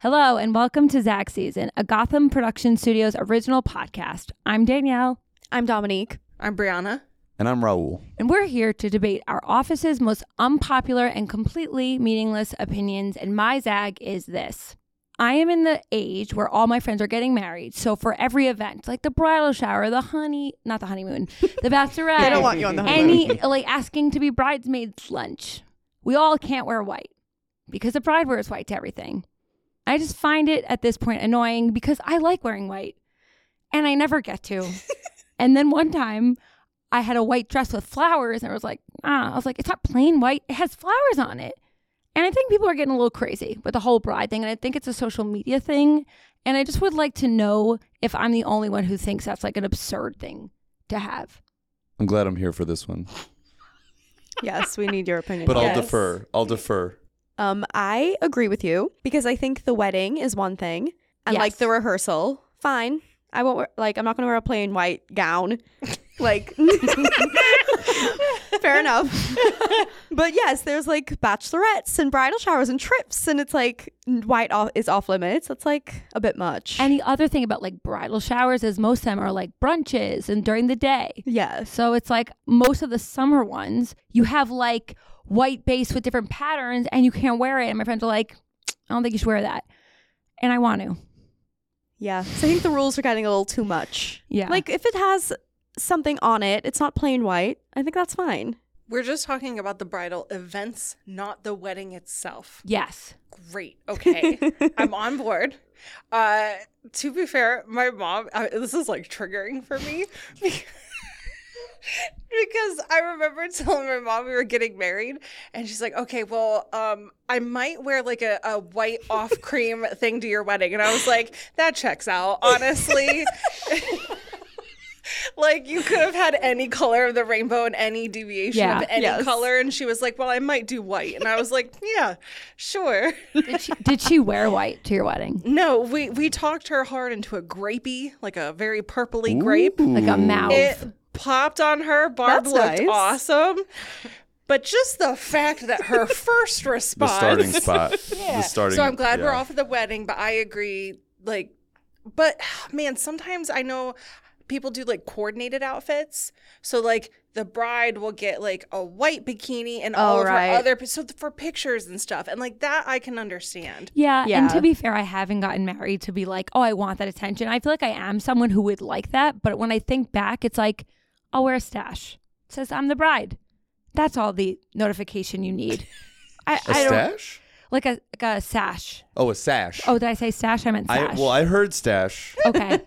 Hello, and welcome to Zach Season, a Gotham Production Studios original podcast. I'm Danielle, I'm Dominique. I'm Brianna. And I'm Raul. and we're here to debate our office's most unpopular and completely meaningless opinions. And my Zag is this I am in the age where all my friends are getting married. So for every event, like the bridal shower, the honey, not the honeymoon, the bachelorette, They don't want you on the honeymoon. any, like asking to be bridesmaids lunch, we all can't wear white because the bride wears white to everything. I just find it at this point annoying because I like wearing white and I never get to. and then one time I had a white dress with flowers and I was like, ah, I was like, it's not plain white, it has flowers on it. And I think people are getting a little crazy with the whole bride thing. And I think it's a social media thing. And I just would like to know if I'm the only one who thinks that's like an absurd thing to have. I'm glad I'm here for this one. Yes, we need your opinion. But Yes. I'll defer. I'll defer. um, I agree with you because I think the wedding is one thing, and like Yes. the rehearsal, fine. I won't wear, like I'm not gonna wear a plain white gown, like fair enough. but yes, there's like bachelorettes and bridal showers and trips, and it's like white off is off limits. That's like a bit much. And the other thing about like bridal showers is most of them are like brunches and during the day. yes, So it's like most of the summer ones, you have like white base with different patterns and you can't wear it. And my friends are like, I don't think you should wear that. And I want to. yeah. So I think the rules are getting a little too much. Yeah. Like if it has something on it, it's not plain white. I think that's fine. We're just talking about the bridal events, not the wedding itself. yes. Great. Okay. I'm on board. Uh, to be fair, my mom, uh, this is like triggering for me because because I remember telling my mom we were getting married, and she's like, okay, well, um, I might wear like a, a white off cream thing to your wedding. And I was like, that checks out, honestly. like, you could have had any color of the rainbow and any deviation Yeah. of any Yes. color. And she was like, well, I might do white. And I was like, yeah, sure. Did she, did she wear white to your wedding? No, we we talked her hard into a grapey, like a very purpley grape. Like a mouth. It popped on her. Barb That's looked nice. awesome. But just the fact that her first The response starting spot. The starting so I'm glad we're yeah. off at the wedding, but I agree. Like, but man, sometimes I know people do like coordinated outfits. So like the bride will get like a white bikini and all Oh, of right. her other so for pictures and stuff, and like that I can understand. Yeah, and Yeah. to be fair, I haven't gotten married to be like, oh, I want that attention. I feel like I am someone who would like that, but when I think back, it's like, I'll wear a stash. It says I'm the bride. That's all the notification you need. I, A I don't stash? like a like a sash. Oh, a sash. Oh, did I say stash? I meant I, sash. well, I heard stash. okay,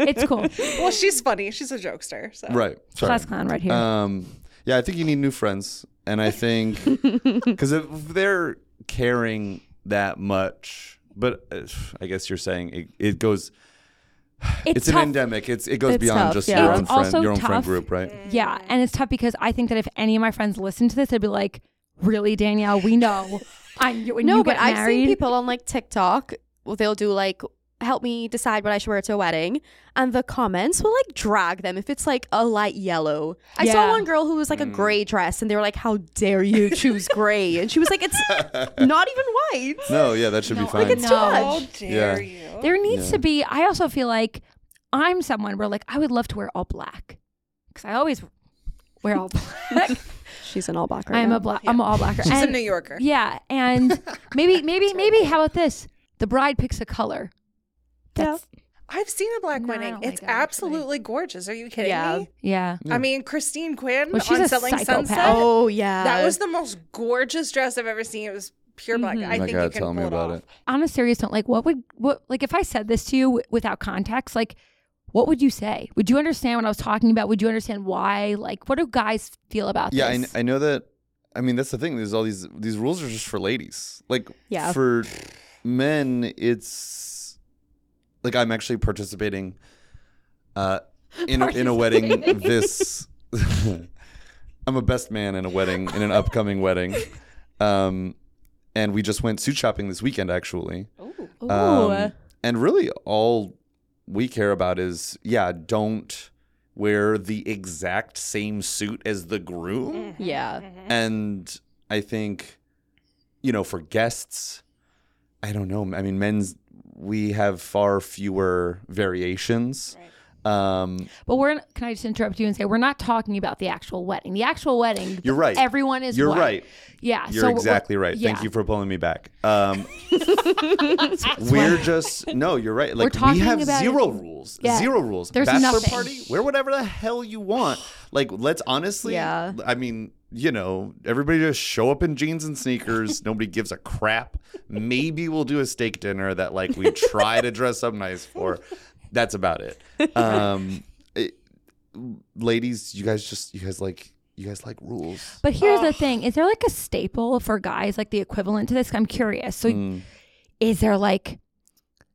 it's cool. Well, she's funny. She's a jokester. So. right. Sorry. Class clown right here. Um, yeah, I think you need new friends, and I think because if they're caring that much, but uh, I guess you're saying it, it goes. It's, an tough. endemic. It's it goes It's beyond tough, just yeah. your It's own friend, also your own tough. friend group, right? Yeah, and it's tough because I think that if any of my friends listen to this, they'd be like, "Really, Danielle? We know." I'm when No, you but get I've married, seen people on like TikTok. well, They'll do like help me decide what I should wear to a wedding, and the comments will like drag them if it's like a light yellow. I saw Yeah. one girl who was like a gray dress, and they were like, "How dare you choose gray?" and she was like, "It's not even white." No, yeah, that should be fine. it's too How much. dare you? There needs Oh, Yeah. to be. I also feel like I'm someone where like I would love to wear all black because I always wear all black. She's an all black. I'm a black. I'm an all blacker. She's And- a New Yorker. Yeah, and maybe, maybe, maybe. How about this? The bride picks a color. That's, I've seen a black No, I wedding. don't like It's that, actually. absolutely gorgeous. Are you kidding Yeah. me? yeah. I mean, Christine Quinn Well, she's on a Selling psychopath. Sunset. Oh yeah, That was the most gorgeous dress I've ever seen. It was pure black. I Oh my think you God, can tell me pull about it off. it. On a serious note, like, what would what like if I said this to you w- without context, like, what would you say? Would you understand what I was talking about? Would you understand why? Like, what do guys feel about Yeah, I, this? kn- I know that. I mean, that's the thing. There's all these these rules are just for ladies. Like Yeah. for men, it's like I'm actually participating uh, in a, in a wedding. This I'm a best man in a wedding in an upcoming wedding, um, and we just went suit shopping this weekend actually. Ooh. Um, and really, all we care about is yeah, don't wear the exact same suit as the groom. yeah. And I think, you know, for guests, I don't know. I mean, men's we have far fewer variations. Um, But we're can I just interrupt you and say we're not talking about the actual wedding. The actual wedding. You're right. Everyone is. You're white. right. Yeah. You're so we're- exactly right. yeah. Thank you for pulling me back. Um, we're just no. You're right. Like we talking have about it- zero rules. Yeah. Zero rules. There's Bachelor nothing. party. Wear whatever the hell you want. Like let's honestly. Yeah. I mean, you know, everybody just show up in jeans and sneakers. Nobody gives a crap. Maybe we'll do a steak dinner that like we try to dress up nice for. That's about it. Um, it- ladies, you guys just you guys like you guys like rules. But here's the thing: is there like a staple for guys, like the equivalent to this? I'm curious. So, Hmm. is there like,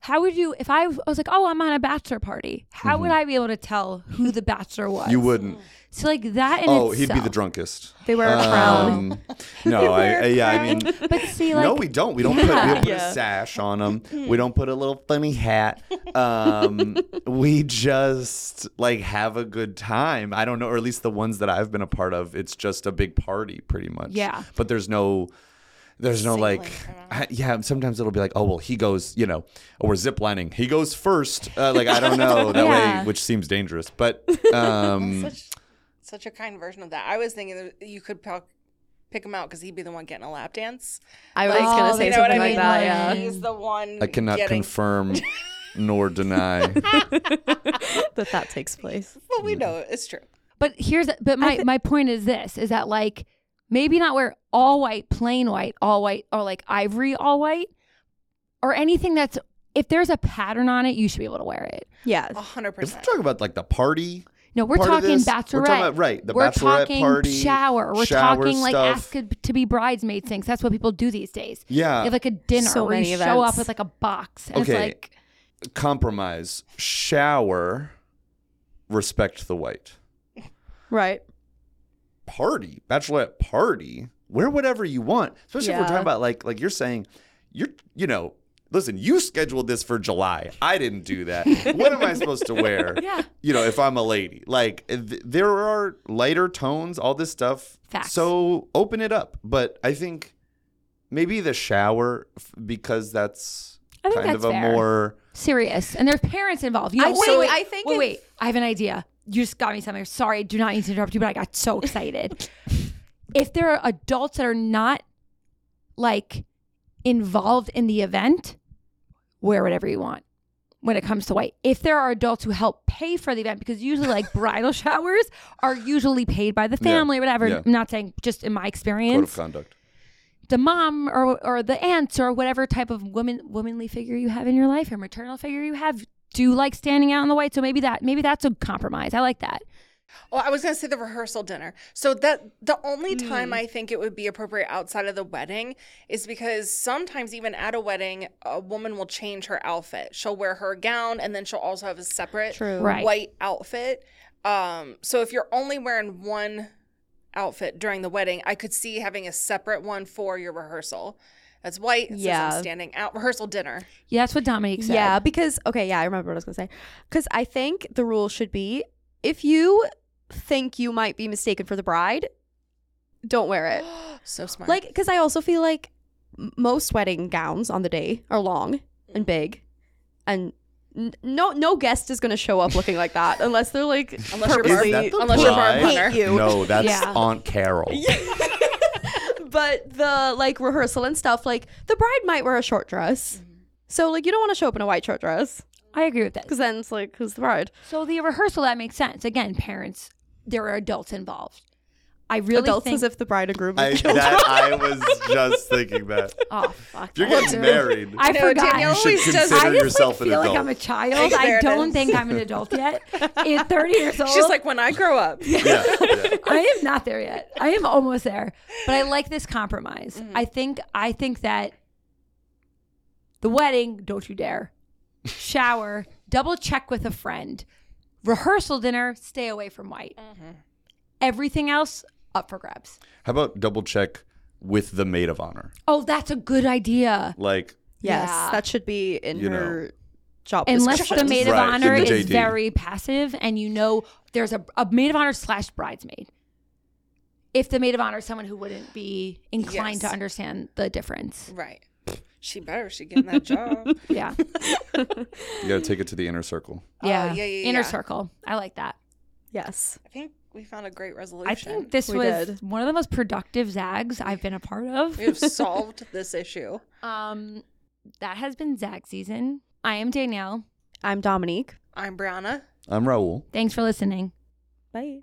how would you, if I was like, oh, I'm on a bachelor party, how would I be able to tell who the bachelor was? Mm-hmm. You wouldn't. So like that. In Oh, he'd itself. be the drunkest. They wear a crown. Um, no, I, I- yeah, I mean, But see, like, no, we don't. We don't put, we Yeah. don't put Yeah. a sash on them. we don't put a little funny hat. Um, we just like have a good time. I don't know, or at least the ones that I've been a part of, it's just a big party, pretty much. Yeah. But there's no. There's no like, I, yeah. Sometimes it'll be like, oh well, he goes, you know, or we're ziplining. He goes first. Uh, like I don't know that Yeah. way, which seems dangerous. But um, Such, such a kind version of that. I was thinking that you could pick, pick him out because he'd be the one getting a lap dance. I was Like, gonna oh, say you know what something I like mean? that. Like- yeah. He's the one. I cannot getting, confirm nor deny. that that takes place. Well, we know it. it's true. But here's but my my point is this is that like maybe not wear all white, plain white, all white, or like ivory all white, or anything that's if there's a pattern on it, you should be able to wear it. Yeah. A hundred if we're percent. talking about like the party, No, we're Part of talking this, we're bachelorette. talking about- right, the We're bachelorette talking party, shower. We're shower talking like stuff. ask to be bridesmaid things. That's what people do these days. Yeah. They have like a dinner So where you many show events. up with like a box. And Okay. It's like compromise, shower, respect the white. Right. Party, bachelorette party, wear whatever you want. Especially if we're Yeah. talking about like like you're saying, you're you know, listen, you scheduled this for July. I didn't do that. what am I supposed to wear? Yeah. You know, if I'm a lady, like th- there are lighter tones, all this stuff. Facts. So open it up. But I think maybe the shower f- because that's I think kind that's of a fair. more serious. And there's parents involved. You I know, wait, think- wait, I think wait, if- wait. I have an idea. You just got me something. Sorry, I do not need to interrupt you, but I got so excited. if there are adults that are not like involved in the event, wear whatever you want when it comes to white. If there are adults who help pay for the event, because usually like bridal showers are usually paid by the family, or whatever. yeah. I'm not saying just in my code of experience conduct. the mom or or the aunt or whatever type of woman womanly figure you have in your life or maternal figure you have do like standing out in the white. So maybe that maybe that's a compromise. I like that. Well, Oh, I was gonna say the rehearsal dinner. So that the only time I think it would be appropriate outside of the wedding is because sometimes even at a wedding, a woman will change her outfit. She'll wear her gown and then she'll also have a separate True. Right. white outfit. Um, so if you're only wearing one outfit during the wedding, I could see having a separate one for your rehearsal. That's white. It says Yeah. I'm standing out. Rehearsal dinner. Yeah, that's what Dominique said. Yeah, because okay, yeah, I remember what I was gonna say. Because I think the rule should be if you think you might be mistaken for the bride, don't wear it. So smart. Like, because I also feel like m- most wedding gowns on the day are long Mm-hmm. and big, and n- no no guest is gonna show up looking like that unless they're like Unless you're Barb- purposely- that the unless you're Barb bride? Hunter. you. No, that's Yeah. Aunt Carol. but the like rehearsal and stuff, like the bride might wear a short dress. Mm-hmm. So like you don't want to show up in a white short dress I agree with that. because then it's like who's the bride? So the rehearsal that makes sense. Again, parents, there are adults involved. I really Adults think as if the bride and groom. I, that, I was just thinking that. oh fuck. If you're that. getting married, I No, forgot. Danielle you should always does- consider I just yourself like, an feel adult. like I'm a child. I There it don't is. think I'm an adult yet. At 30 years old, She's like when I grow up. yeah, yeah. I am not there yet. I am almost there, but I like this compromise. Mm. I think I think that the wedding, don't you dare. Shower, double check with a friend. Rehearsal dinner, stay away from white. Mm-hmm. Everything else up for grabs. How about double check with the maid of honor? Oh, that's a good idea. Like, yes, Yeah. that should be in You know. her job. Unless the description. maid of Right, in honor the is JD. very passive and you know there's a, a maid of honor slash bridesmaid. If the maid of honor is someone who wouldn't be inclined to Yes. understand the difference. Right. She better. She getting that job. Mm-hmm. Yeah. You gotta take it to the inner circle. Oh, yeah, yeah, yeah. Inner circle. I like that. Yes. I think we found a great resolution. I think this We was did. one of the most productive Zags I've been a part of. we have solved this issue. Um, that has been Zag season. I am Danielle. I'm Dominique. I'm Brianna. I'm Raul. Thanks for listening. Bye.